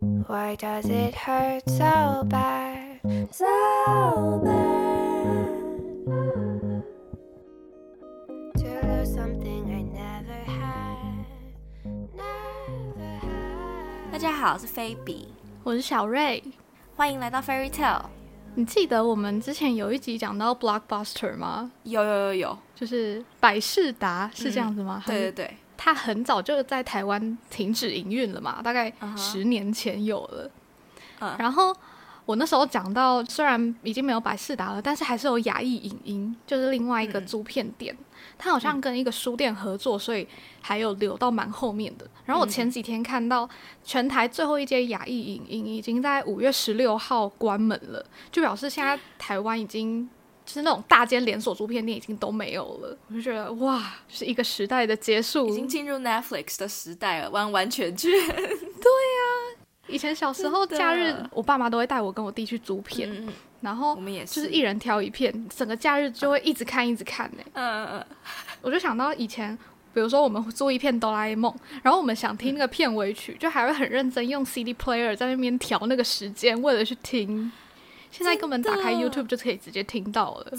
Why does it hurt so bad? So bad. To lose something I never had. Never 大 had. 家好，我是菲比，我是小瑞。欢迎来到 Fairy Tale。你记得我们之前有一集讲到 Blockbuster 吗？有有有有，就是百事达是这样子吗？还对嗯是对对，它很早就在台湾停止营运了嘛，大概啊哈十年前有了。嗯然后我那时候讲到，虽然已经没有百事达了，但是还是有雅艺影音，就是另外一个嗯租片店。它好像跟一个书店合作，所以还有留到蛮后面的。嗯然后我前几天看到全台最后一间雅艺影音已经在五月十六号关门了，就表示现在台湾已经就是那种大间连锁租片店已经都没有了。我就觉得哇，就是一个时代的结束，已经进入 Netflix 的时代了，完完全全。以前小时候真的假日，我爸妈都会带我跟我弟去租片，嗯，嗯然我后们也，就是是一人挑一片，整个假日就会一直看一直看呢、嗯嗯我就想到以前，比如说我们租一片《哆啦 A 梦》，然后我们想听那个片尾曲，就还会很认真用 CD player 在那边调那个时间，为了去听。现在根本打开真的 YouTube 就可以直接听到了。嗯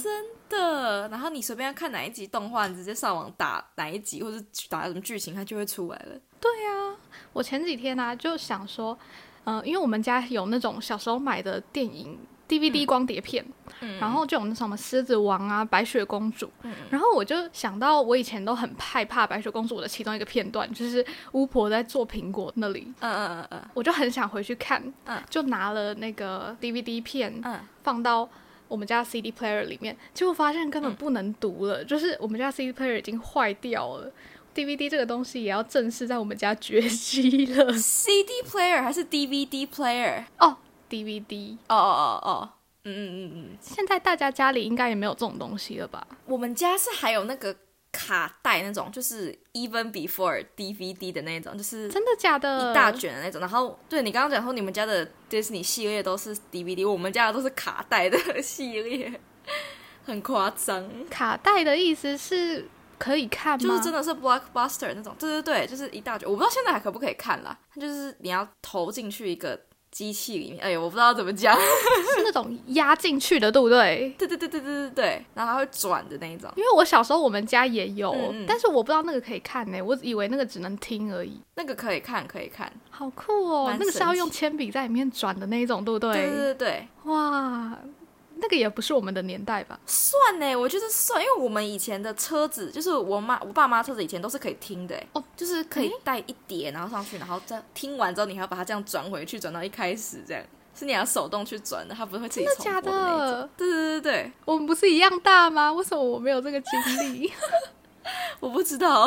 的。然后你随便要看哪一集动画，你直接上网打哪一集，或者打什么剧情，它就会出来了。我前几天呢、啊就想说，嗯，因为我们家有那种小时候买的电影 DVD 光碟片，嗯然后就有那什么狮子王啊、白雪公主，然后我就想到我以前都很害怕白雪公主的其中一个片段，就是巫婆在做苹果那里，嗯嗯嗯嗯我就很想回去看，嗯就拿了那个 DVD 片嗯，放到。我们家 CD player 里面，结果发现根嗯本不能读了，就是我们家 CD player 已经坏掉了。DVD 这个东西也要正式在我们家 绝迹了。 CD player 还是 DVD player？哦，DVD，哦哦哦哦，嗯嗯嗯嗯。现在大家家里应该也没有这种东西了吧？我们家是还有那个卡带那种，就是 even before DVD 的那种，就是真的假的？一大卷的那种。然后，对你刚刚讲说你们家的 Disney 系列都是 DVD，我们家的都是卡带的系列，很夸张，卡带的意思是可以看吗？就是真的是 blockbuster 那种。对对对，就是一大卷。我不知道现在还可不可以看啦，它就是你要投进去一个机器里面，哎呦，我不知道怎么讲。是那种压进去的，对不对？对对对对对对对，然后它会转的那一种。因为我小时候我们家也有，嗯嗯但是我不知道那个可以看呢、我以为那个只能听而已。那个可以看，可以看。好酷哦蛮，那个是要神奇用铅笔在里面转的那一种，对不对？对对对对，哇，那个也不是我们的年代吧？算呢，我觉得算，因为我们以前的车子，就是我妈、我爸妈车子以前都是可以听的，哦，就是可以带一碟，然后上去，然后再听完之后，你还要把它这样转回去，转到一开始这样，是你要手动去转的，它不会自己真的重假播的那一种。的？对对对对，我们不是一样大吗？为什么我没有这个经历？我不知道，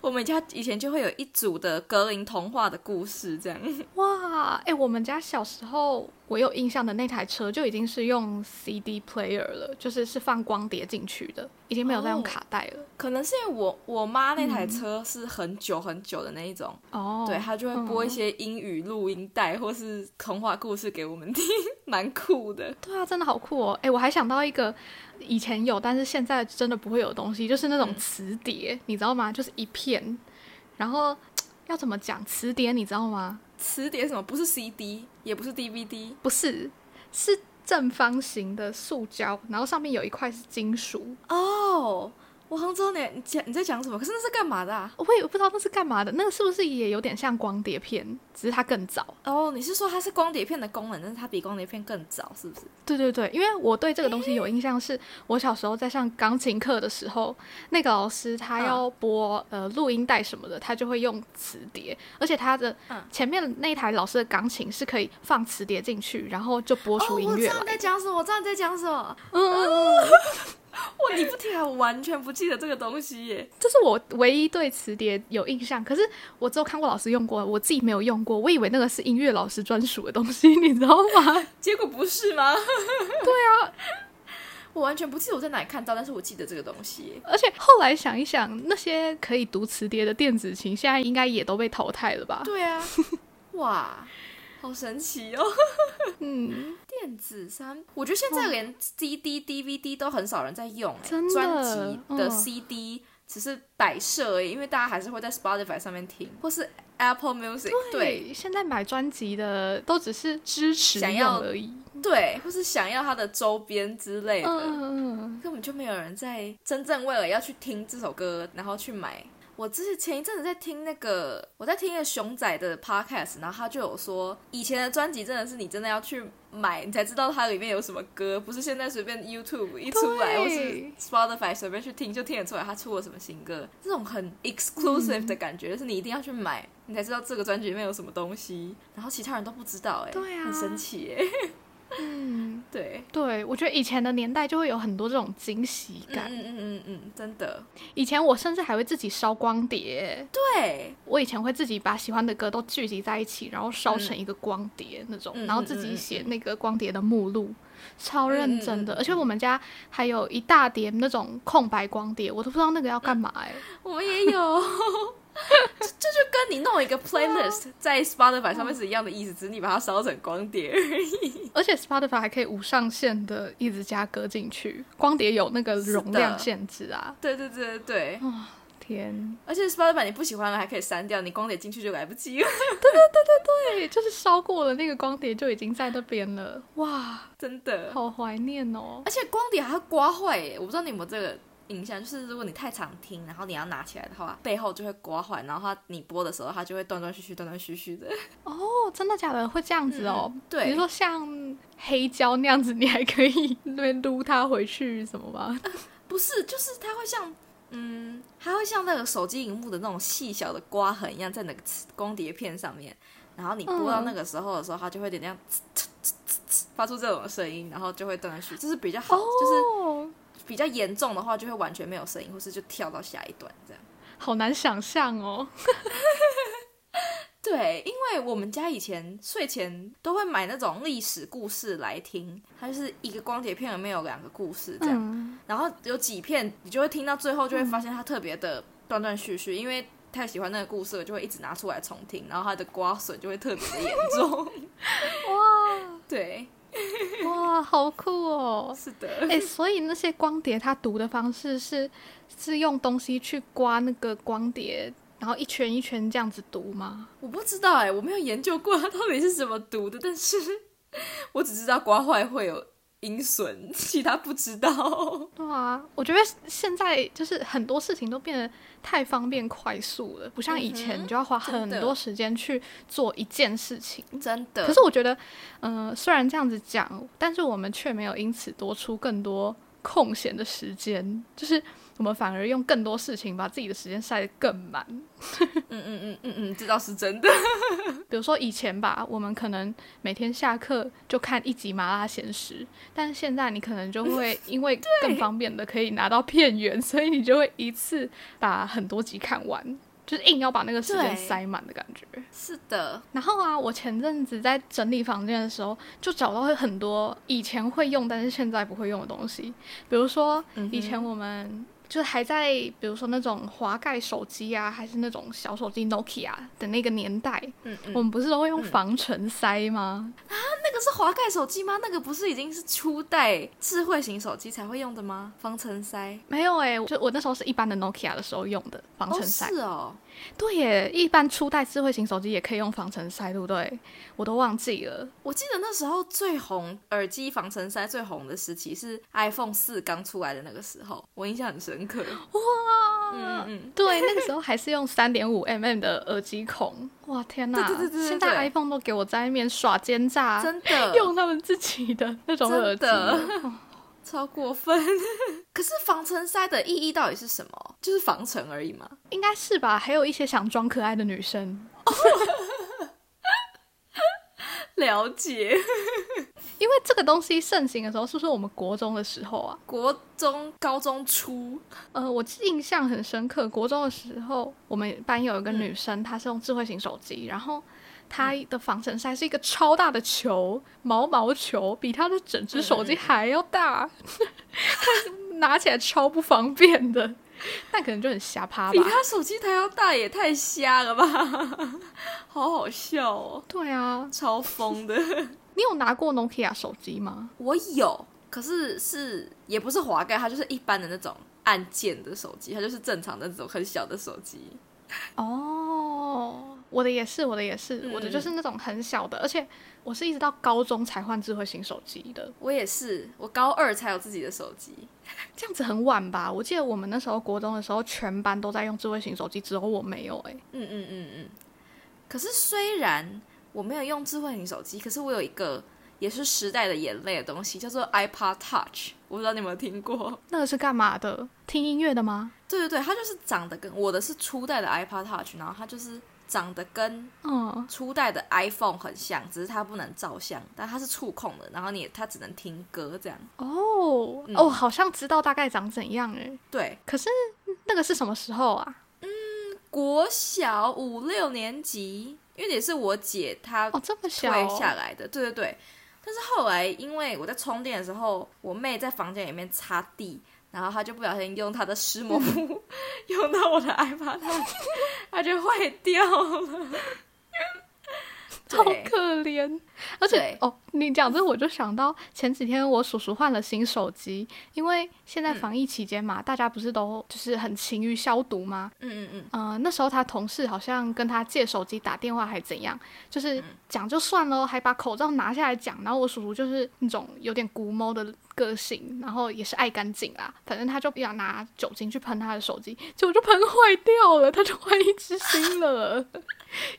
我们家以前就会有一组的格林童话的故事，这样哇，哎、我们家小时候我有印象的那台车就已经是用 CD player 了，就是是放光碟进去的，已经没有再用哦卡带了。可能是因为我我妈那台车是很久很久的那一种，哦对，她就会播一些英语录音带或是童话故事给我们听，蛮酷的。对啊，真的好酷哦！哎、我还想到一个以前有，但是现在真的不会有的东西，就是那嗯种磁碟，你知道吗？就是一片，然后要怎么讲磁碟，你知道吗？磁碟什么不是 CD，也不是 DVD，不是，是正方形的塑胶，然后上面有一块是金属，哦，我杭州你你讲你在讲什么？可是那是干嘛的、啊？我也不知道那是干嘛的，那个是不是也有点像光碟片，只是它更早。哦，你是说它是光碟片的功能，但是它比光碟片更早，是不是？对对对，因为我对这个东西有印象是，我小时候在上钢琴课的时候，那个老师他嗯要播、呃录音带什么的，他就会用磁碟，而且他的嗯前面那台老师的钢琴是可以放磁碟进去，然后就播哦，出音我知乐道来你在讲什么，我知道你在讲什么。嗯嗯嗯， 哇，你不提还我完全不记得这个东西耶。这是我唯一对磁碟有印象，可是我只有看过老师用过，我自己没有用过，我以为那个是音乐老师专属的东西， 你知道吗？结果不是吗？对啊， 我完全不记得我在哪里看到，但是我记得这个东西 耶。而且后来想一想，那些可以读磁碟的电子琴，现在应该也都被淘汰了吧？对啊，哇，好神奇哦！嗯。电子商，我觉得现在连 CD、DVD 都很少人在用、欸，真的专辑的嗯 CD、只是摆设而已，因为大家还是会在 Spotify 上面听，或是 Apple Music，对对，现在买专辑的都只是支持想用要而已。对，或是想要它的周边之类的。嗯嗯根本就没有人在真正为了要去听这首歌，然后去买。我之前前一阵子在听那个，我在听一个熊仔的 podcast，然后他就有说，以前的专辑真的是你真的要去买，你才知道它里面有什么歌，不是现在随便 YouTube 一出来，对或是 Spotify 随便去听就听得出来他出了什么新歌。这种很嗯 exclusive 的感觉，就是你一定要去买，你才知道这个专辑里面有什么东西，然后其他人都不知道、哎，对啊很神奇、哎，嗯， 对，对，我觉得以前的年代就会有很多这种惊喜嗯感。嗯嗯嗯嗯，真的，以前我甚至还会自己烧光碟，对，我以前会自己把喜欢的歌都聚集在一起，然后烧嗯成一个光碟那种，嗯然后嗯自己嗯写那个光碟的目录，超认真的。嗯嗯嗯而且我们家还有一大叠那种空白光碟，我都不知道那个要干嘛哎、我们也有， 这这就跟你弄一个 playlist 在 Spotify 上面是一样的意思，只是你把它烧成光碟而已。而且 Spotify 还可以无上限的一直加歌进去，光碟有那个是容的量限制啊！ 对对对对对，天，哦而且 Spotify 你不喜欢了还可以删掉，你光碟进去就来不及了，对，就是烧过了那个光碟就已经在那边了，哇，真的。好怀念哦！而且光碟还会刮坏耶，我不知道你有没有这个印象，就是如果你太常听，然后你要拿起来的话，背后就会刮坏，然后它你播的时候它就会断断续续、断断续续的。哦，真的假的？会这样子哦？嗯对你说像黑胶那样子，你还可以那边撸它回去什么 吗？不是，就是它会像，嗯，它会像那个手机荧幕的那种细小的刮痕一样，在那个呲光碟片上面。然后你播到嗯那个时候的时候，它就会有点那样呲呲呲呲呲发出这种声音，然后就会断断续续。这是比较好，就是哦，比较严重的话，就会完全没有声音，或是就跳到下一段这样。好难想象哦。对，因为我们家以前睡前都会买那种历史故事来听，它就是一个光碟片里面有两个故事这样。嗯，然后有几片你就会听到最后，就会发现它特别的断断续续，因为太喜欢那个故事了，就会一直拿出来重听，然后它的刮损就会特别的严重。哇，对，哇，好酷哦！是 的，哎、所以那些光碟它读的方式是是用东西去刮那个光碟，然后一圈一圈这样子读吗？我不知道哎、我没有研究过它到底是怎么读的，但是我只知道刮坏会有音损，其他不知道。对啊，我觉得现在就是很多事情都变得太方便快速了，不像以嗯前哼你就要花真很的多时间去做一件事情。真的，可是我觉得，呃，虽然这样子讲，但是我们却没有因此多出更多空闲的时间，就是我们反而用更多事情把自己的时间塞得更满。嗯嗯嗯嗯嗯，这倒是真的。比如说以前吧，我们可能每天下课就看一集《麻辣鲜师》，但是现在你可能就 会因为更方便的可以拿到片源，所以你就会一次把很多集看完，就是硬要把那个时间对塞满的感觉。是的，然后啊，我前阵子在整理房间的时候，就找到很多以前会用但是现在不会用的东西，比如说嗯哼以前我们。就是还在，比如说那种滑盖手机啊，还是那种小手机 Nokia 的那个年代，嗯嗯，我们不是都会用嗯防尘塞吗？那个是滑盖手机吗？那个不是已经是初代智慧型手机才会用的吗？防尘塞。没有哎、就我那时候是一般的 Nokia 的时候用的防尘塞。哦是哦，对耶，一般初代智慧型手机也可以用防尘塞，对不对？我都忘记了。我记得那时候最红耳机防尘塞最红的时期是 iPhone 四刚出来的那个时候，我印象很深刻。哇，嗯嗯对，那个时候还是用三点五 mm 的耳机孔。哇，天哪！对对对对对现在对 iPhone 都给我在那边耍奸嗯，诈，真的用他们自己的那种耳真机。的 超过分。 可是防尘塞的意义到底是什么？就是防尘而已嘛。应该是吧？还有一些想装可爱的女生，了解。因为这个东西盛行的时候，是不是我们国中的时候啊？国中、高中初，呃，我印象很深刻，国中的时候，我们班有一个女生，她是用智慧型手机，然后她的防尘塞是一个超大的球，毛毛球，比她的整只手机还要大， 她拿起来超不方便的。那可能就很瞎趴比吧。他手机还要大，也太瞎了吧！ 好好笑哦，对啊，超疯的。你有拿过 Nokia 手机吗？我有，可是是也不是滑盖，它就是一般的那种按键的手机，它就是正常的那种很小的手机。哦，我的也是，我的也是，我的就是那种很小的，而且我是一直到高中才换智慧型手机的，我也是，我高二才有自己的手机。这样子很晚吧？我记得我们那时候国中的时候，全班都在用智慧型手机，只有我没有、欸。哎，嗯嗯嗯嗯。可是虽然我没有用智慧型手机，可是我有一个也是时代的眼泪的东西，叫做 iPod Touch。我不知道你有没有听过？那个是干嘛的？听音乐的吗？对对对，它就是长得跟我的是初代的 iPod Touch，然后它就是长得跟嗯，初代的 iPhone 很像，只是它不能照相，但它是触控的，然后你也它只能听歌这样。哦，嗯哦，好像知道大概长怎样哎、对，可是那个是什么时候啊？国小五六年级，因为也是我姐她哦，这么小、推下哦，来的，对对对。但是后来因为我在充电的时候，我妹在房间里面擦地，然后她就不小心用她的湿抹 布用到我的 iPad，它就坏掉了。好对可怜。而且对哦，你讲这我就想到前几天我叔叔换了新手机，因为现在防疫期间嘛，大家不是都就是很勤于消毒吗？嗯嗯嗯，呃，那时候他同事好像跟他借手机打电话还怎样，就是讲就算了，还把口罩拿下来讲。然后我叔叔就是那种有点古猫的个性，然后也是爱干净啦，反正他就不想拿酒精去喷他的手机，结果就喷坏掉了，他就换一只新了。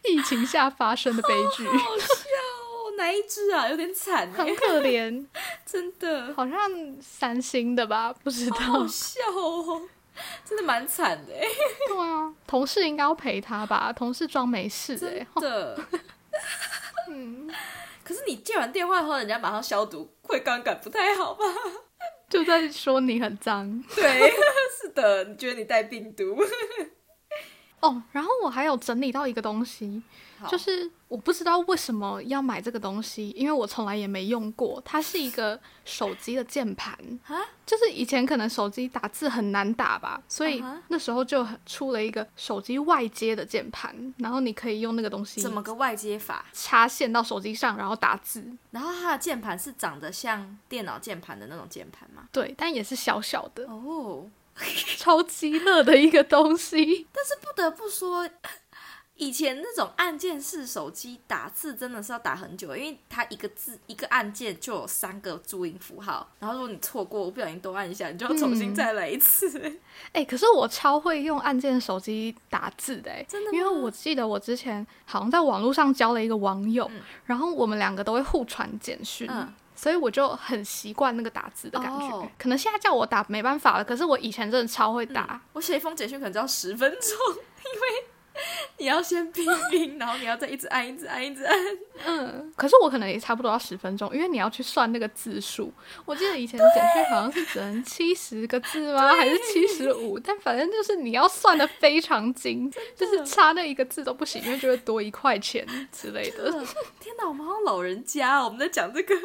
疫情下发生的悲剧，好笑哦，哪一只啊？有点惨哎、很可怜，真的，好像三星的吧，不知道好。笑哦，真的蛮惨的哎、 对啊，同事应该要陪他吧，同事装没事哎、真的。嗯， 可是你接完电话后，人家马上消毒，会观感不太好吧？ 就在说你很脏。对， 是的，你觉得你带病毒？哦，然后我还有整理到一个东西，好就是我不知道为什么要买这个东西，因为我从来也没用过。它是一个手机的键盘，啊，就是以前可能手机打字很难打吧，所以啊哈那时候就很出了一个手机外接的键盘，然后你可以用那个东西怎么个外接法？插线到手机上，然后打字。然后它的键盘是长得像电脑键盘的那种键盘吗？对，但也是小小的，哦，超级乐的一个东西。但是不得不说，以前那种按键式手机打字真的是要打很久，因为它一个字一个按键就有三个注音符号，然后如果你错过，我不小心多按一下，你就要重新嗯再来一次。哎、可是我超会用按键手机打字的、欸，真的吗因为我记得我之前好像在网络上交了一个网友，嗯然后我们两个都会互传简讯。嗯所以我就很习惯那个打字的感觉哦可能现在叫我打没办法了。可是我以前真的超会打，我写一封简讯可能只要十分钟， 因为你要先拼拼，然后你要再一直按，一直按，一直按。可是我可能也差不多要十分钟，因为你要去算那个字数。我记得以前的简讯好像是只能七十个字吗？还是七十五？但反正就是你要算的非常精，就是差那一个字都不行，因为就会多一块钱之类的。呃天哪，我们好像老人家、哦，我们在讲这个，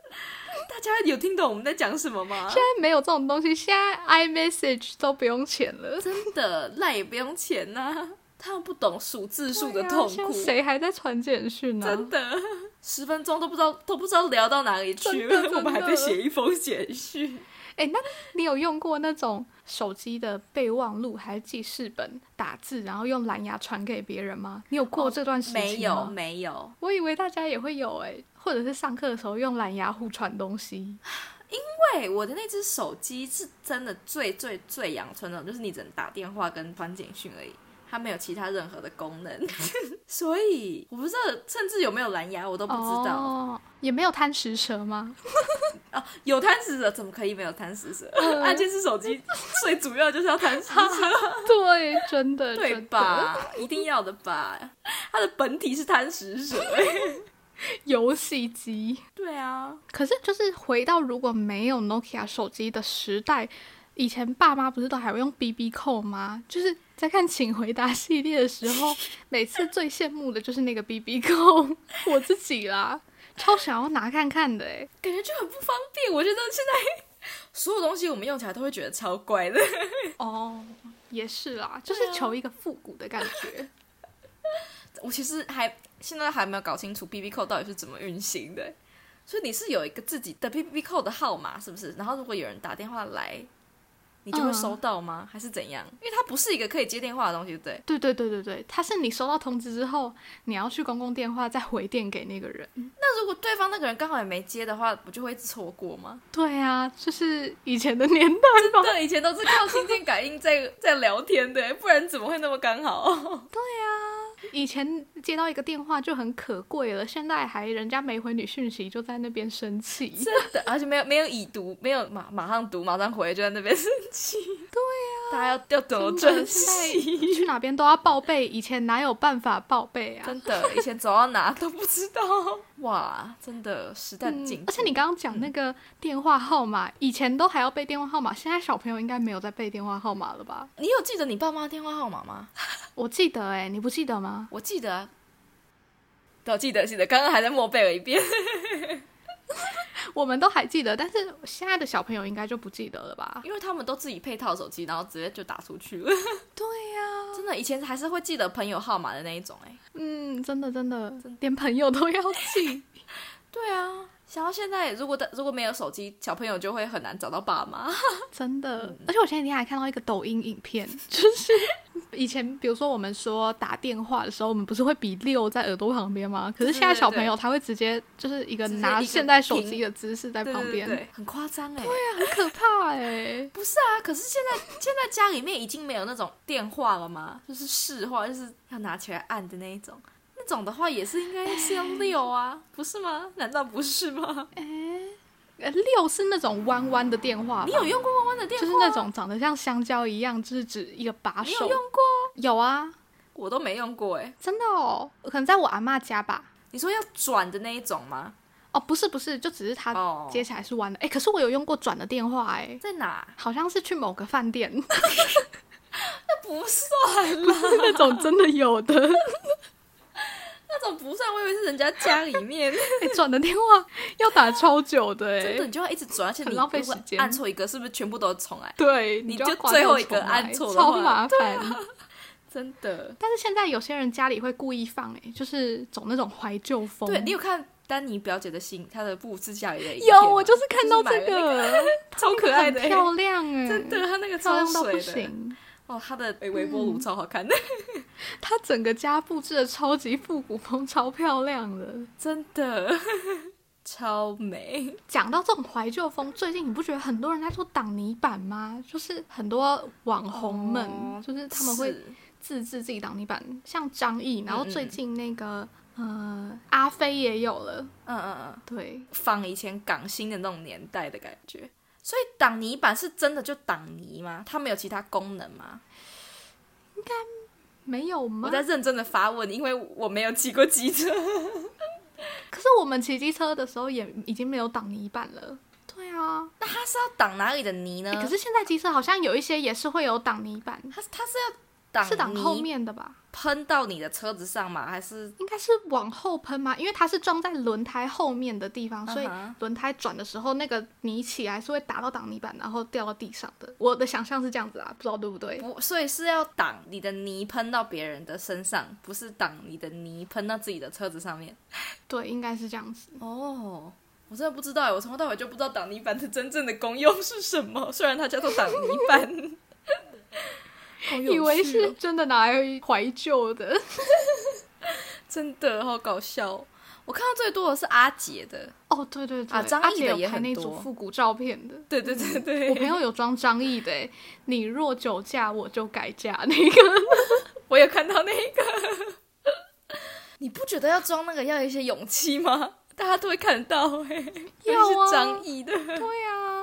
大家有听懂我们在讲什么吗？现在没有这种东西，现在 iMessage 都不用钱 了。真的赖也不用钱呐、他们不懂数字数的对啊痛现在苦，谁还在传简讯呢、啊真的十分钟都不知道都不知道聊到哪里去真的了，真的我们还在写一封简讯。哎、那你有用过那种手机的备忘录还是记事本打字，然后用蓝牙传给别人吗？你有过哦这段时期吗？没有没有，我以为大家也会有哎、或者是上课的时候用蓝牙互传东西。对哎我的那只手机是真的最最最阳春的，就是你只能打电话跟传简讯而已。它没有其他任何的功能， 所以我不知道，甚至有没有蓝牙我都不知道。哦，也没有贪食蛇吗？啊，有贪食蛇怎么可以没有贪食蛇？嗯按键式手机最主要就是要贪食蛇，对，真的，对真的？吧？一定要的吧？它的本体是贪食蛇。游戏机。 对啊，可是就是回到如果没有 Nokia 手机的时代，以前爸妈不是都还会用 BB 扣吗？就是在看《请回答》系列的时候，每次最羡慕的就是那个 BB 扣，我自己啦，超想要拿看看的欸 诶、感觉就很不方便。我觉得现在 所有东西我们用起来都会觉得超怪的。哦，也是啦，就是求一个复古的感觉。我其实还现在还没有搞清楚 B B 扣到底是怎么运行的。所以你是有一个自己的 B B 扣的号码，是不是？然后如果有人打电话来，你就会嗯收到吗？还是怎样？因为它不是一个可以接电话的东西，对不对？对对对对对，它是你收到通知之后，你要去公共电话再回电给那个人。那如果对方那个人刚好也没接的话，不就会一直错过 吗？对啊，就是以前的年代吧。对，以前都是靠心电感应在在聊天的，不然怎么会那么刚 好？以前接到一个电话就很可贵了，现在还人家没回你讯息就在那边生气。真的，而且没有没有已读，没有马马上读，马上回，就在那边生气。对啊呀、大家要要懂得真的珍现惜。在去哪边都要报备，以前哪有办法报备啊？真的，以前走到哪都不知道。 哇，真的时代的嗯进步、而且你刚刚讲那个电话号码，以前都还要背电话号码，现在小朋友应该没有在背电话号码了吧？你有记得你爸妈的电话号码吗？我记得哎、你不记得吗？我记得啊，对，我记得记得，刚刚还在默背了一遍。我们都还记得，但是现在的小朋友应该就不记得了吧？ 因为他们都自己配套手机，然后直接就打出 去了。对呀、真的，以前还是会记得朋友号码的那一种、哎，嗯，真的真的，连朋友都要记。对啊，想到现在，如果的如果没有手机，小朋友就会很难找到爸妈。真的，嗯而且我前几天还看到一个抖音影 片，就是以前比如说我们说打电话的时候，我们不是会比六在耳朵旁边吗？可是现在小朋友他会直接就是一个直接拿一个现在手机的姿势在对旁对对边，对，很夸张哎。很可怕哎、不是啊，可是现在现在家里面已经没有那种电话了吗？就是市话，就是要拿起来按的那一种。那种的话也是应该是要六 啊，不是吗？难道不是吗？呃六是那种弯弯的电话吧，你有用过弯弯的电就话？是那种长得像香蕉一样，就是指一个把你有手。用过？有啊，我都没用过哎、真的哦，可能在我阿嬷家吧。你说要转的那一种吗？哦，不是不是，就只是它哦啊接起来是弯的。哎、可是我有用过转的电话哎、在哪？好像是去某个饭店，不 算不啦，是那种真的有的。那种不算，我以为是人家家里 面。哎、转的电话要打超久的哎、真的，你就要一直转，而且你很浪费如果时间按错一个，是不是全部都重来？对，你就就要划最后掉一个重按来错的超话麻对啊烦。真的。但是现在有些人家里会故意放哎、就是走那种怀旧风。对你有看丹尼表姐的新她的布置家里的影片吗有，我就是看到这就是买个，超可爱的、欸很漂亮哎、真的，她那个漂超亮到水不的，行。哦，她的微微波炉超好看 的，她整个家布置的超级复古风，超漂亮的。真的 超美。讲到这种怀旧风，最近你不觉得很多人在做挡泥板吗？就是很多网红们，哦就是他们会是自制自己挡泥板，像张译，然后嗯嗯最近那个呃阿飞也有了，嗯嗯嗯，对，仿以前港星的那种年代的感觉。所以挡泥板是真的就挡泥吗？它没有其他功能吗？没有吗我？在认真的发问，因为我没有骑过机 车。可是我们骑机车的时候也已经没有挡泥板了。对啊，那它是要挡哪里的泥呢？诶可是现在机车好像有一些也是会有挡泥板，它它是要挡是挡后泥面的吧？喷到你的车子上吗？还是应该是往后喷吗？因为它是装在轮胎后面的地方，所以嗯哼轮胎转的时候，那个泥起来是会打到挡泥板，然后掉到地上的。我的想象是这样子啊，不知道对不对？不，所以是要挡你的泥喷到别人的身上，不是挡你的泥喷到自己的车子上面。对，应该是这样子。哦，我真的不知道耶，我从头到尾就不知道挡泥板的真正的功用是什么。虽然它叫做挡泥 板，好有趣哦以为是真的拿来怀旧的，真的，好搞笑哦。我看到最多的是阿杰的， 哦，对对对，啊张阿译姐的有也拍很那多组复古照片 的。对对对对，我朋友有装张译的欸，你若酒驾，我就改嫁那个。我有看到那个。 你不觉得要装那个要有一些勇气吗？大家都会看到哎、尤 要啊其是张译的，对啊，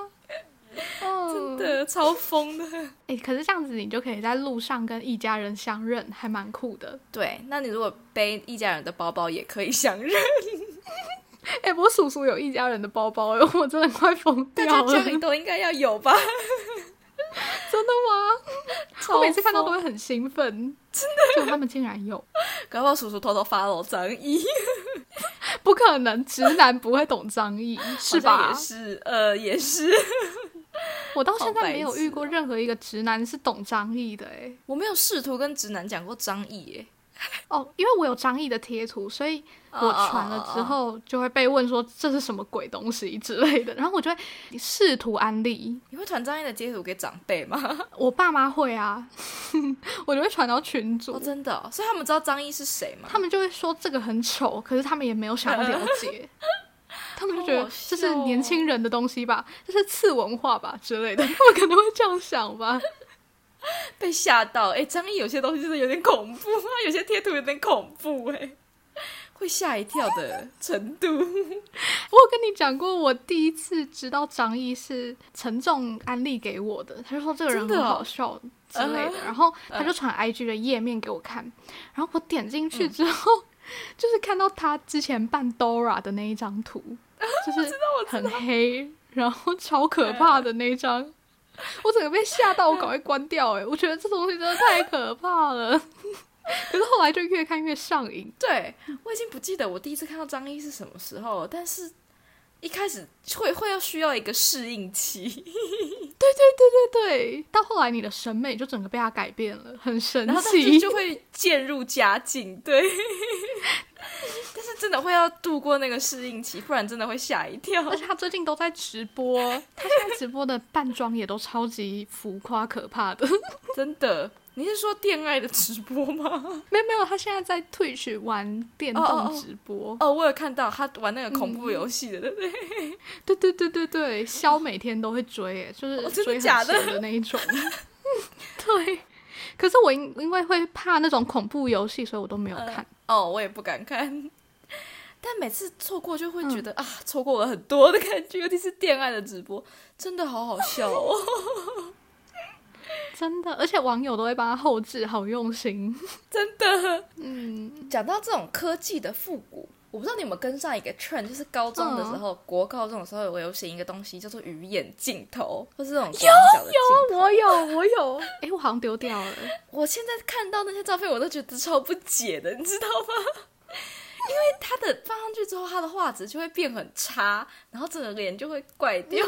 真哦，的超疯的。哎、可是这样子你就可以在路上跟一家人相认，还蛮酷的。对，那你如果背一家人的包包，也可以相认。哎、我叔叔有一家人的包包，哎 我真的快疯大掉家家了。 里都应该要有吧？真的吗？超我每次看到都疯，会很兴奋，真的。就他们竟然有，搞不好叔叔偷偷发了张译，不可能，直男不会懂张 译，是好像吧也？是，呃，也是。我到现好白在没有遇过痴哦任何一个直男是懂张译的、哎，我没有试图跟直男讲过张译，哎，哦，因为我有张译的贴图，所以啊哦我传了之后就会被问说这是什么鬼东西之类的，然后我就会试图安利。你会传张译的截图给长辈吗？我爸妈会啊， 我就会传到群组哦，，真的哦、所以他们知道张译是谁吗？他们就会说这个很丑，可是他们也没有想要了 解，他们就觉好得好笑这是哦年轻人的东西吧，这是次文化吧之类的，他们可能会这样想吧。被吓到，哎、张译有些东西真的有点恐怖，他有些贴图有点恐怖、哎，会吓一跳的程度。 我有跟你讲过，我第一次知道张译是陈重安利给我的，他就说这个人真很的哦好笑之类的，嗯哼然后他就传 IG 的页面给我看，然后我点进去之后，嗯 就是看到他之前扮 Dora 的那一 张图，就是很黑，然后超可怕的那一 张。我整个被吓到，我赶快关掉、欸。哎，我觉得这东西真的太可怕了。 可是后来就越看越上瘾，对我已经不记得我第一次看到张译是什么时候了，但是一开始会会要需要一个适应期，对，到后来你的审美就整个被他改变了，很神然后但奇。是就会渐入佳境，对。 但是真的会要度过那个适应期，不然真的会吓一跳。 而且他最近都在直播， 他现在直播的扮装也都超级浮夸可怕的。 真的，你是说恋爱的直播吗？ 没有没有，他现在在 Twitch 玩电哦哦动哦直播。哦，我有看到他玩那个恐怖游戏的，对不对？对对对对对，肖每天都会追，哎，就是哦真的追很假的闲的那一 种。对，可是我因因为会怕那种恐怖游戏，所以我都没有看。哦，我也不敢看，但每次错过就会觉嗯得、啊，错过了很多的感觉，尤其是恋爱的直播，真的好好笑哦。真的，而且网友都会帮他后置，好用心。真的，嗯，讲到这种科技的复古，我不知道你有没有跟上一个 trend，就是高中的时嗯候，国高中的时候有流行一个东西叫做鱼眼镜头，或是这种广角的镜头。哦我有我有，哎、我好像丢掉了。我现在看到那些照片，我都觉得超不解的，你知道吗？ 因为它的放上去之后，它的画质就会变很差，然后整个脸就会怪嗯 掉。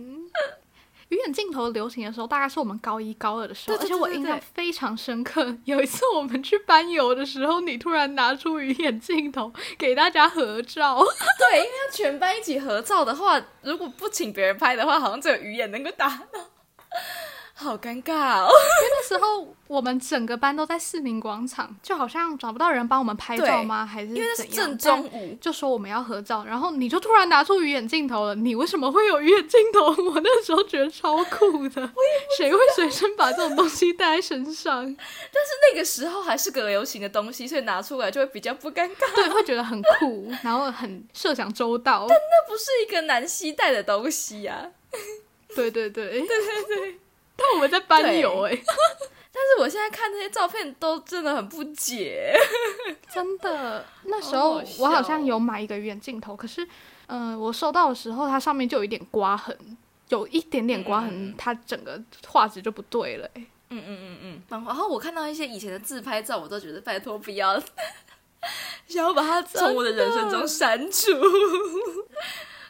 鱼眼镜头流行的时候，大概是我们高一、高二的时候，对对对而且我对印对象非常深刻。有一次我们去班游的时候，你突然拿出鱼眼镜头给大家合 照，对，因为要全班一起合照的话，如果不请别人拍的话，好像只有鱼眼能够达到，好尴尬哦。那时候我们整个班都在市民广场，就好像找不到人帮我们拍照吗？ 还是因为那是怎样正中午但就说我们要合照，然后你就突然拿出鱼眼镜头了。你为什么会有鱼眼镜头？ 我那时候觉得超酷的，谁会随身把这种东西带在身上？但是那个时候还是个流行的东西，所以拿出来就会比较不尴尬。对，会觉得很酷，然后很设想周到。那不是一个难携带的东西啊呀、对对对对对对。但我们在班游哎、但是我现在看那些照片都真的很不解。真 的。那时好候好笑我好哦像有买一个远镜头，可是，嗯，我收到的时候它上面就有一点刮痕，有一点点刮痕，它整个画质就不对了、欸。嗯嗯嗯嗯。然后我看到一些以前的自拍照，我都觉得拜托不要， 想要把它 从我的人生中删除，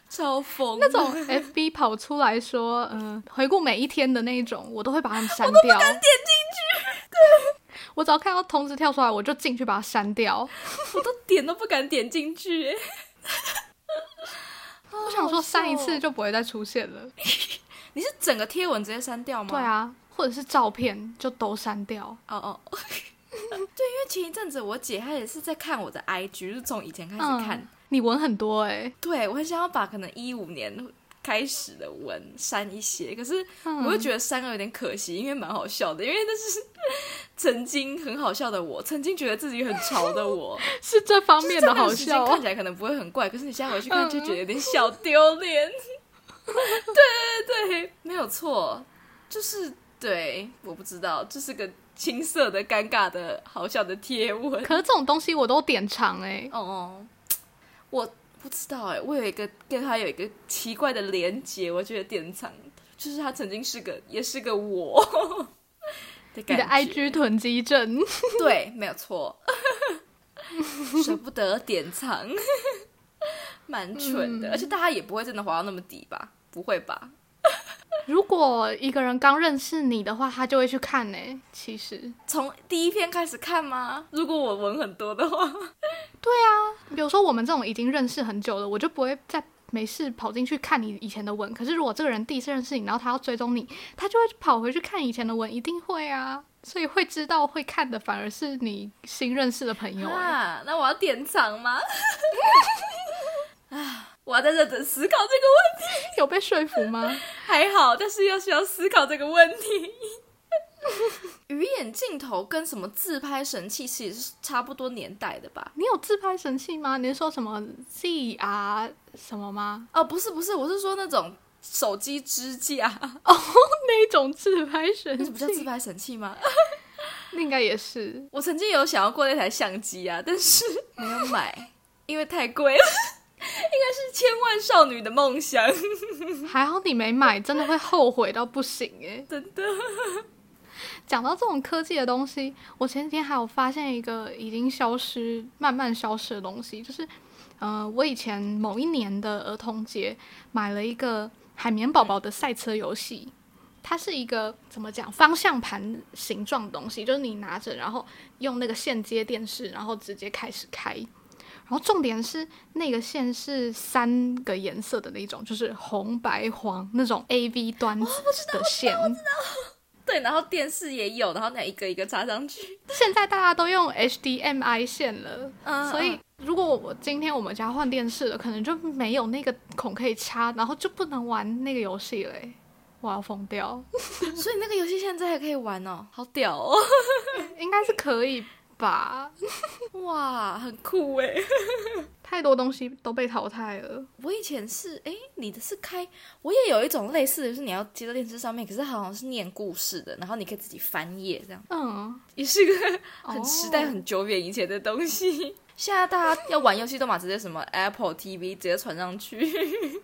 超疯的那 种 FB 跑出来说，嗯、回顾每一天的那一种，我都会把它们删掉。我点进去。对，我只要看到通知跳出来，我就进去把它删掉。我都点都不敢点进去、欸。我想说删一次就就不会再出现了。 你是整个贴文直接删掉吗？对，啊，或者是照片就都删掉。哦哦， 对，因为前一阵子我姐她也是在看我的 IG，就是从以前开始看，嗯、你文很多哎、对我很想要把可能一五年开始的文删一些，可是嗯我又觉得删了有点可惜，因为蛮好笑的，因为那是曾经很好笑的我，曾经觉得自己很潮的 我， 是这方就是面在的那好个时间笑。哦嗯看起来可能不会很怪，可是你现在回去看就觉得有点小丢脸。对对对，没有错，就是对，我不知道，这、是个青涩的、尴尬的、好笑的贴文。可是这种东西我都点长哎、哦，我不知道哎，我有一个跟他有一个奇怪的连接，我觉得典藏就是他曾经是个，也是个我 的你感的觉。 IG 囤积症， 对，没有错，舍不得典藏， 嗯蛮蠢的，而且大家也不会真的滑到那么底吧？不会吧？如果一个人刚认识你的话，他就会去看呢、其实，从第一篇开始看吗？如果我文很多的话，比如说我们这种已经认识很久了，我就不会再没事跑进去看你以前的文。可是如果这个人第一次认识你，然后他要追踪你，他就会跑回去看以前的文，一定会啊。所以会知道会看的反而是你新认识的朋友、欸。啊，那我要典藏吗？ 啊，我要再认真思考这个问 有被说服吗？题，还好，但是又需要思考这个问题。 鱼眼镜头跟什么自拍神器其实是差不多年代的吧？你有自拍神器吗？你是说什么 ZR 什么吗？哦，不是不是，我是说那种手机支架， 那一种自拍神那器，不叫自拍神器 吗？那应该也是。我曾经有想要过那台相机啊，但是 没有买，因为太贵了， 应该是千万少女的梦想， 还好你没买，真的会后悔到不行哎、真的。讲到这种科技的东西，我前几天还有发现一个已经消失、慢慢消失的东西，就是，呃，我以前某一年的儿童节买了一个海绵宝宝的赛车游戏，它是一个怎么讲方向盘形状的东西，就是你拿着，然后用那个线接电视，然后直接开始开。然后重点是那个线是三个颜色的那种，就是红、白、黄那种 A V 端子的线。对，然后电视也有，然后那一个一个插上去，现在大家都用 HDMI 线了，嗯所以如果我今天我们家换电视了，可能就没有那个孔可以插，然后就不能玩那个游戏嘞、我要疯掉，所以那个游戏现在还可以玩哦，嗯好屌哦！应该是可以吧？哇，很酷哎！太多东西都被淘汰了，我以前是哎，你的是开，我也有一种类似的，就是你要接到电视上面，可是它好像是念故事的，然后你可以自己翻页这样，嗯，也是个很哦时代很久远以前的东西。 现在大家要玩游戏都嘛直接什么 Apple TV 直接传上去，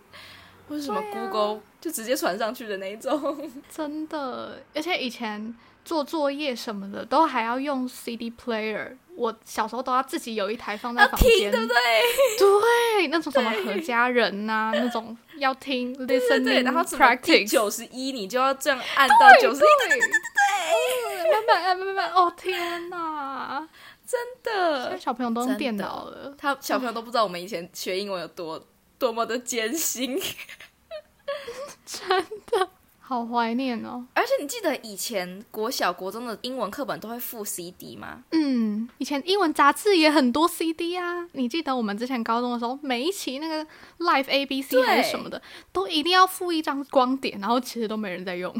或者什么对啊 Google、就直接传上去的那一 种。真的，而且以前做作业什么的都还要用 CD player。我小时候都要自己有一台放在要房听，间，对不对？对那种什么合家人呐、那种要听 listening 对对，然后什么第 practice，九十一，你就要这样按到九十一，对对对对对，慢慢按，慢慢按哦，天哪！真的现在小朋友都用电脑了，他小朋友都不知道我们以前学英文有多多么的艰辛，好怀念哦。而且你记得以前国小、国中的英文课本都会附 CD 吗？嗯，以前英文杂志也很多 CD 啊，你记得我们之前高中的时候，每一期那个 Life A B C 对还是什么的，都一定要附一张光碟，然后其实都没人在用。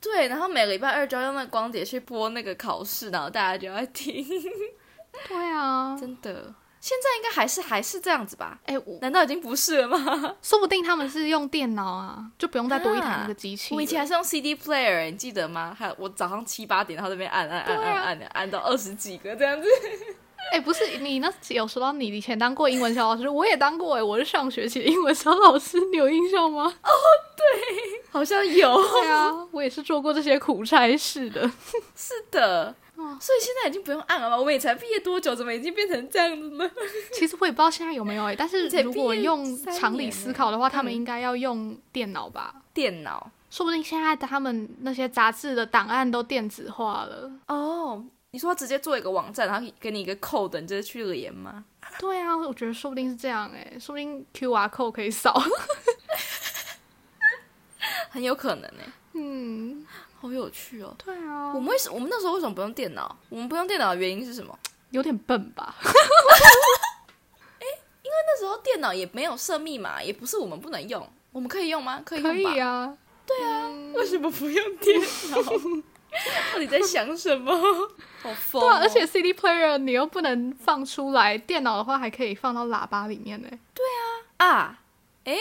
对，然后每个礼拜二就要用那个光碟去播那个考试，然后大家就要听， 对啊，真的。现在应该还是还是这样子吧？哎、我难道已经不是了吗？说不定他们是用电脑啊，就不用再多一台那个机器了、我 以前 还是用 CD player，你记得吗？还有我早上七八点，然后在那边按按按对啊按按按到二十几个这样子。哎、不是你那有说到你以前当过英文小老师，我也当过哎、我是上学期的英文小老师，你有印象吗？ 好像有，对啊，我也是做过这些苦差事的。是的。哦所以现在已经不用按了吧？我们也才毕业多久，怎么已经变成这样子呢？ 其实我也不知道现在有没有哎、但是才如果毕业用三常理年思欸考的话，他们嗯应该要用电脑吧？电脑说不定现在他们那些杂志的档案都电子化了。哦，你说直接做一个网站，然后给你一个 code，你直接去连吗？对啊，我觉得说不定是这样哎、说不定 QR code 可 以扫。很有可能呢、嗯，好有趣哦。对啊我，们为什我们那时候为什么不用电脑？我们不用电脑的原因是什么？有点笨吧？那时候电脑也没有设密码，也不是我们不能用，我们可以用吗？ 可以用可吧？以啊，对啊，为什么不用电脑？到底在想什么？好疯、对哦啊，而且 CD player 你又不能放出来，电脑的话还可以放到喇叭里面呢。欸啊，诶，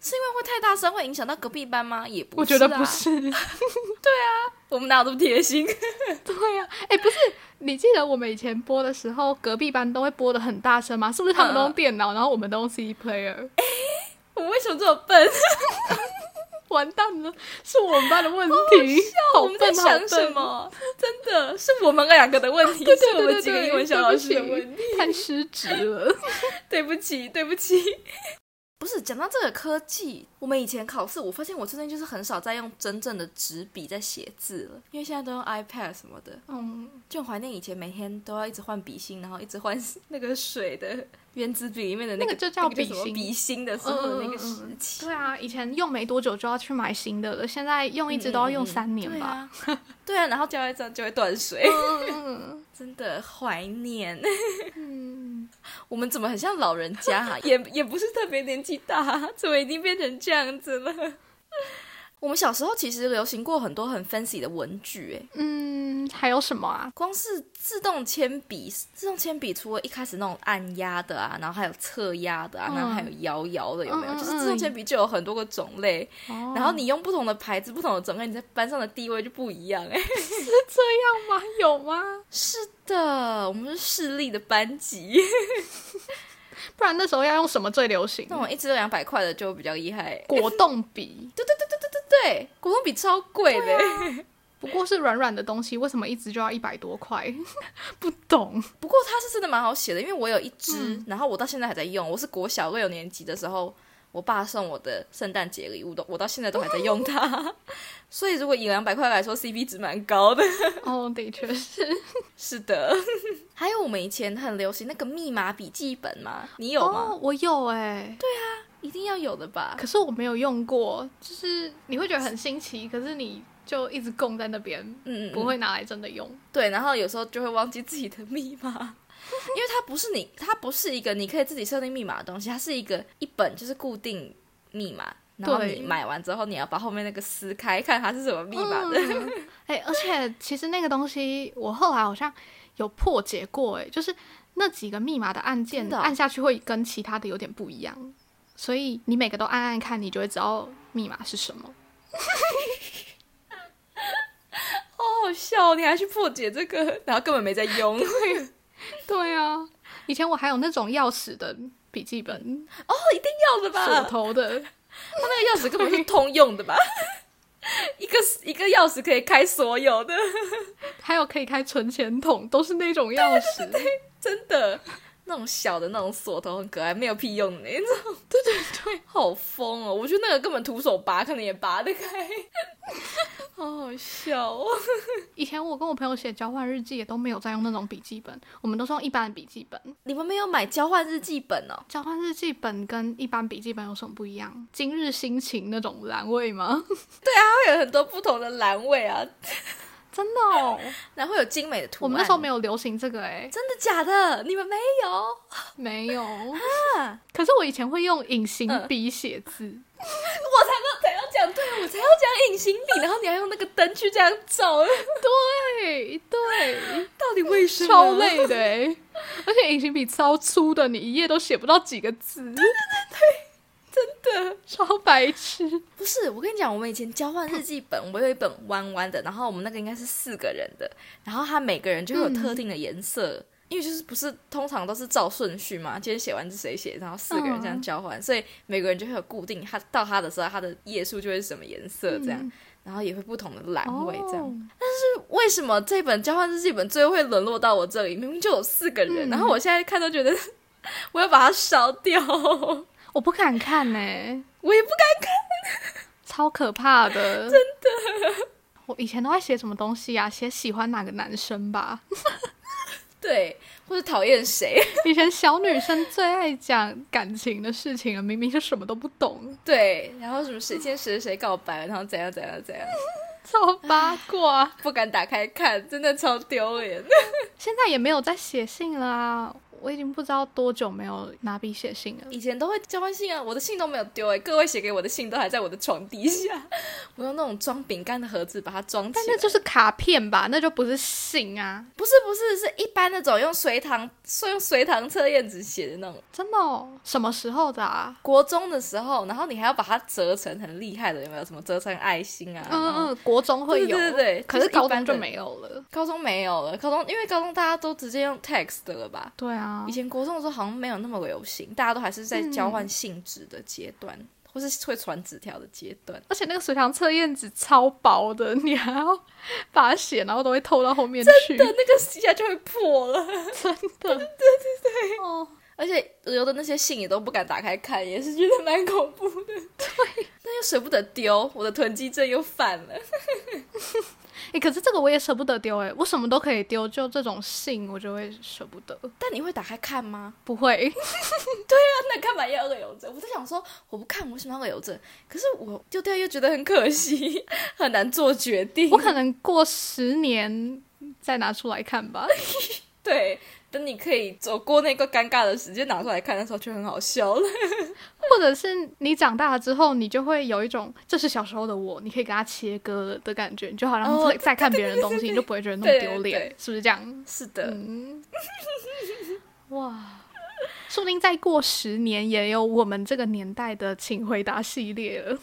是因为会太大声会影响到隔壁班吗？也不是、啊，我觉得不是，我们哪有这么贴心？对啊，哎、不是，你记得我们以前播的时候，隔壁班都会播的很大声吗？是不是他们都嗯用电脑，然后我们都用 CD player？ 我们为什么这么笨？完蛋了，是我们班的问题，好我们在笨，好想什笨。么？真的是我们两个的问题，是我对们对几个对，英文小对老不师的起 问题。太失职了。对不起，对不起。 不是讲到这个科技，我们以前考试，我发现我最近就是很少在用真正的纸笔在写字了，因为现在都用 iPad 什么的，嗯，就很怀念以前每天都要一直换笔芯，然后一直换那个水的 原子笔里面的那个个就叫笔笔芯笔芯的时候的那个时嗯嗯嗯期。对啊，以前用没多久就要去买新的了，现在啊用一支都要用三年对吧。啊，对啊，然后加一张就会断水，嗯真的怀念。嗯，我们怎么很像老人家啊哈、 也也不是特别年纪大，怎么已经变成这样子了？ 我们小时候其实流行过很多很 fancy 的文具，哎，嗯，还有什么啊？光是自动铅笔，自动铅笔除了一开始那种按压的啊，然后还有侧压的啊，嗯然后还有摇摇的，有没有？嗯嗯就是自动铅笔就有很多个种类，哦然后你用不同的牌子、不同的种类，你在班上的地位就不一样，哎，有吗？有吗？是的，我们是势力的班级，不然那时候要用什么最流行？ 那种一支都两百块的就比较厉害。果冻笔，对，果冻笔超贵的、不过是软软的东西，为什么一支就要一百多块？ 不懂。不过它是真的蛮好写的，因为我有一支，然后我到现在还在用。我是国小六年级的时候，我爸送我的圣诞节礼物，都我到现在都还在用它。 所以如果以两百块来说，CP 值蛮高的。哦，的确是。是的， 还有我们以前很流行那个密码笔记本嘛，你有吗？哦，我有哎、一定要有的吧？可是我没有用过，就是你会觉得很新奇，可是你就一直供在那边，嗯，嗯不会拿来真的用。对，然后有时候就会忘记自己的密码，因为它不是你，它不是一个你可以自己设定密码的东西，它是一个一本就是固定密码，然后对你买完之后，你要把后面那个撕开，看它是什么密码的。嗯哎、而且其实那个东西，我后来好像有破解过、哎，就是那几个密码的按键、真的哦按下去会跟其他的有点不一样，所以你每个都按按看，你就会知道密码是什么。 好好笑哦，你还去破解这个，然后根本没在用。哦，对啊，以前我还有那种钥匙的笔记本，一定 要的吧？锁头的，它那个钥匙根本是通用的吧？ 一个一个钥匙可以开所有的，还有可以开存钱筒，都是那种钥匙。 真的。那种小的那种锁头很可爱，没有屁用的那种。 对对对，好疯哦！我觉得那个根本徒手拔，可能也拔得开。好好笑哦！以前我跟我朋友写交换日记，也都没有在用那种笔记本，我们都是用一般的笔记本。你们没有买交换日记本哦？交换日记本跟一般笔记本有什么不一样？今日心情那种栏位吗？它会有很多不同的栏位啊， 真的哦，然后会有精美的图案。我们那时候没有，有流行这个诶，真的假的？你们没有？没有。 嗯可是我以前会用隐形笔写字，我才刚才要讲，对我才要讲隐形笔，然后你还用那个灯去这样照， 对对， 到底为什么？超累的诶，而且隐形笔超粗的，你一页都写不到几个字。对对对真的超白痴。不是，我跟你讲，我们以前交换日记本，我有一本弯弯的，然后我们那个应该是四个人的，然后它每个人就会有特定的颜色。嗯因为就是不是通常都是照顺序嘛，今天写完是谁写，然后四个人这样嗯交换，所以每个人就会有固定，他到他的时候，他的页数就会是什么颜色这样，嗯然后也会不同的栏位这样。哦为什么这本交换日记本最后会沦落到我这里？明明就有四个人，嗯然后我现在看都觉得 我要把它烧掉， 我我不敢看呢、欸也不敢超可怕的，真的。我以前都在写什么东西啊？写喜欢哪个男生吧。对，或者讨厌谁，以前小女生最爱讲感情的事情了，明明就什么都不懂，对，然后什么谁先谁谁告白，然后怎样怎样怎样，超八 卦。不敢打开看，真的超丢脸。现在也没有在写信了啊，我已经不知道多久没有拿笔写信了。 以前都会交换信啊，我的信都没有丢哎、各位写给我的信都还在我的床底下， 我用那种装饼干的盒子把它装起来。但那就是卡片吧，那就不是信啊，不是不是是一般那种用随堂用随堂测验纸写的那种。真的、哦。什么时候的啊？国中的时候，然后你还要把它折成很厉害的，有没有什么折成爱心啊？然嗯后嗯，国中会有，对对对，可是就一高般中的。就没有了。高中没有了，高中因为高中大家都直接用 text 的了吧？对啊以，前国中的时候好像没有那么流行，大家都还是在嗯交换信纸的阶段，或是会传纸条的阶段。而且那个随堂测验纸超薄的，你还要把它写，然后都会透到后面去，真那个一下就会破了，的，真的，哦，而且留的那些信也都不敢打开看，也是觉得蛮恐怖的。对，但又舍不得丢，我的囤积症又犯了。哎、可是这个我也舍不得丢哎、我什么都可以丢，就这种信我就会舍不得。但你会打开看吗？不会，那干嘛要恶有症？我在想说，我不看，我为什么要恶有症？可是我丢掉又觉得很可惜， 很难做决定我。可能过十年再拿出来看吧。对，等你可以走过那个尴尬的时间拿出来看的时候，就很好笑了。或者是你长大了之后，你就会有一种这是小时候的我，你可以跟他切割了的感觉，你就好像哦再再看别人的东西，你就不会觉得那么对丢对脸，是不是这样？是的， 嗯，哇，说不定再过十年也有我们这个年代的《请回答》系列了。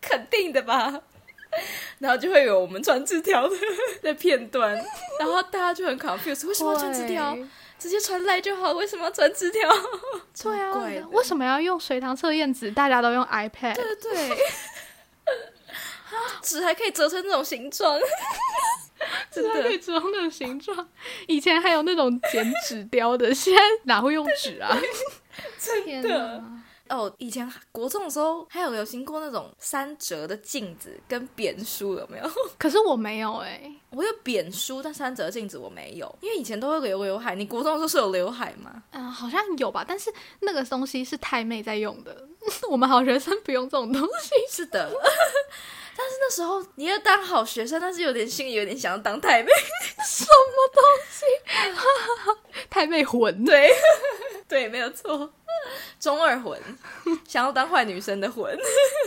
肯定的吧？ 然后就会有我们传纸条的 的片段，然后大家就很 confused，为什么要传纸条？直接传来就好，为什么要传纸条？对超怪啊的，为什么要用水塘测验纸？大家都用 iPad，对 对，啊纸还可以折成这种形状，真它可的以折成那种形状。以前还有那种剪纸雕的， 现在哪会用纸啊？真天的。哪！ 哦，以前国中的时候还有流行过那种三折的镜子跟扁梳，有没有？可是我没有哎， 我有扁梳，但三折镜子我没有，因为以前都会留刘海。你国中的时候是有刘海吗？嗯，好像有吧，但是那个东西是太妹在用 的，我们好学生不用这种东西。是的， 但是那时候你要当好学生，但是有点心里有点想要当太妹。 太妹魂，对，对，没有错，中二魂，想要当坏女生的魂。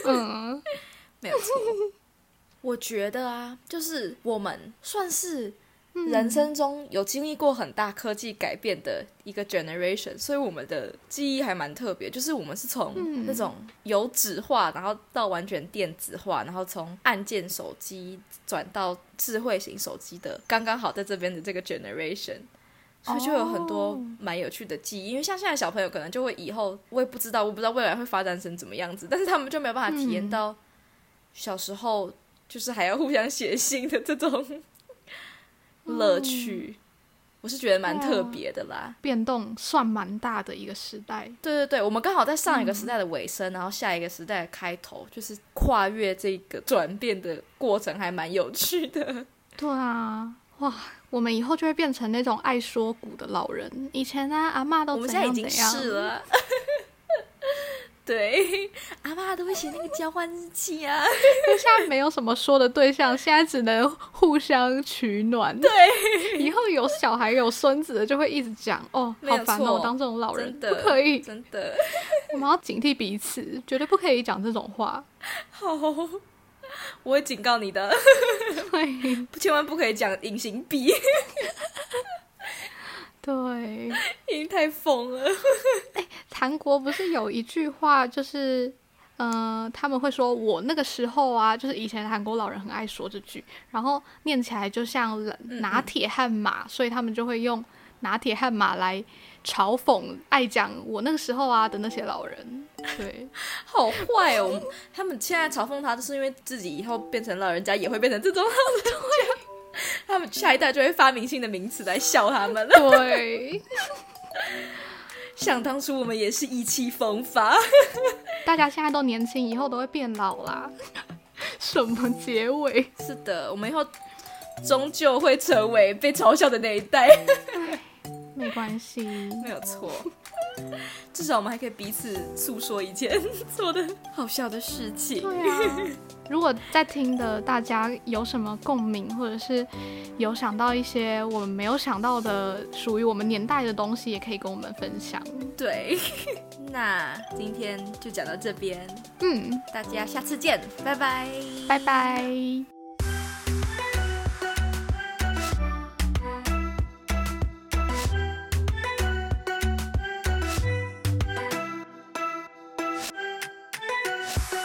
嗯，没有错。我觉得啊，就是我们算是嗯人生中有经历过很大科技改变的一个 generation，所以我们的记忆还蛮特别。就是我们是从嗯那种有纸化，然后到完全电子化，然后从按键手机转到智慧型手机的，刚刚好在这边的这个 generation。所以就有很多哦蛮有趣的记忆因为像现在小朋友可能就会以后我也不知道，我不知道未来会发展成怎么样子，但是他们就没有办法体验嗯到小时候就是还要互相写信的这种嗯乐趣，我是觉得蛮啊特别的啦。变动算蛮大的一个时代。对对对，我们刚好在上一嗯个时代的尾声，然后下一个时代的开头，就是跨越这个转变的过程，还蛮有趣的。对啊，哇，我们以后就会变成那种爱说古的老人。以前呢、啊，阿嬷我都们怎现在已样经怎样。是了。 对，阿妈都会写那个交换日记啊。现在没有什么说的对象，现在只能互相取暖。对，以后有小孩有孙子的，就会一直讲哦，没好有烦错哦，当这种老人真不的可以，真的我们要警惕彼此，绝对不可以讲这种话。 好，我会警告你的，对千万不可以讲隐形笔，对， 因为太疯了。韩国不是有一句话，就是，呃，他们会说我那个时候啊，就是以前韩国老人很爱说这句，然后念起来就像嗯拿铁和马，所以他们就会用拿铁和马来嘲讽爱讲我那个时候啊的那些老人。对， 好坏哦！他们现在嘲讽他，就是因为自己以后变成老人家，也会变成这种 老人家。他们下一代就会发明新的名词来笑他们了。对，想当初我们也是意气风发，大家现在都年轻，以后都会变老啦。 什么结尾？是的，我们以后终究会成为被嘲笑的那一代， 没关系，没有错。至少我们还可以彼此诉说以前做的好笑的事情。对 啊，如果在听的大家有什么共鸣，或者是有想到一些我们没有想到的属于我们年代的东西，也可以跟我们分享。对， 那今天就讲到这边，嗯，大家下次见，拜拜，拜拜。 Thank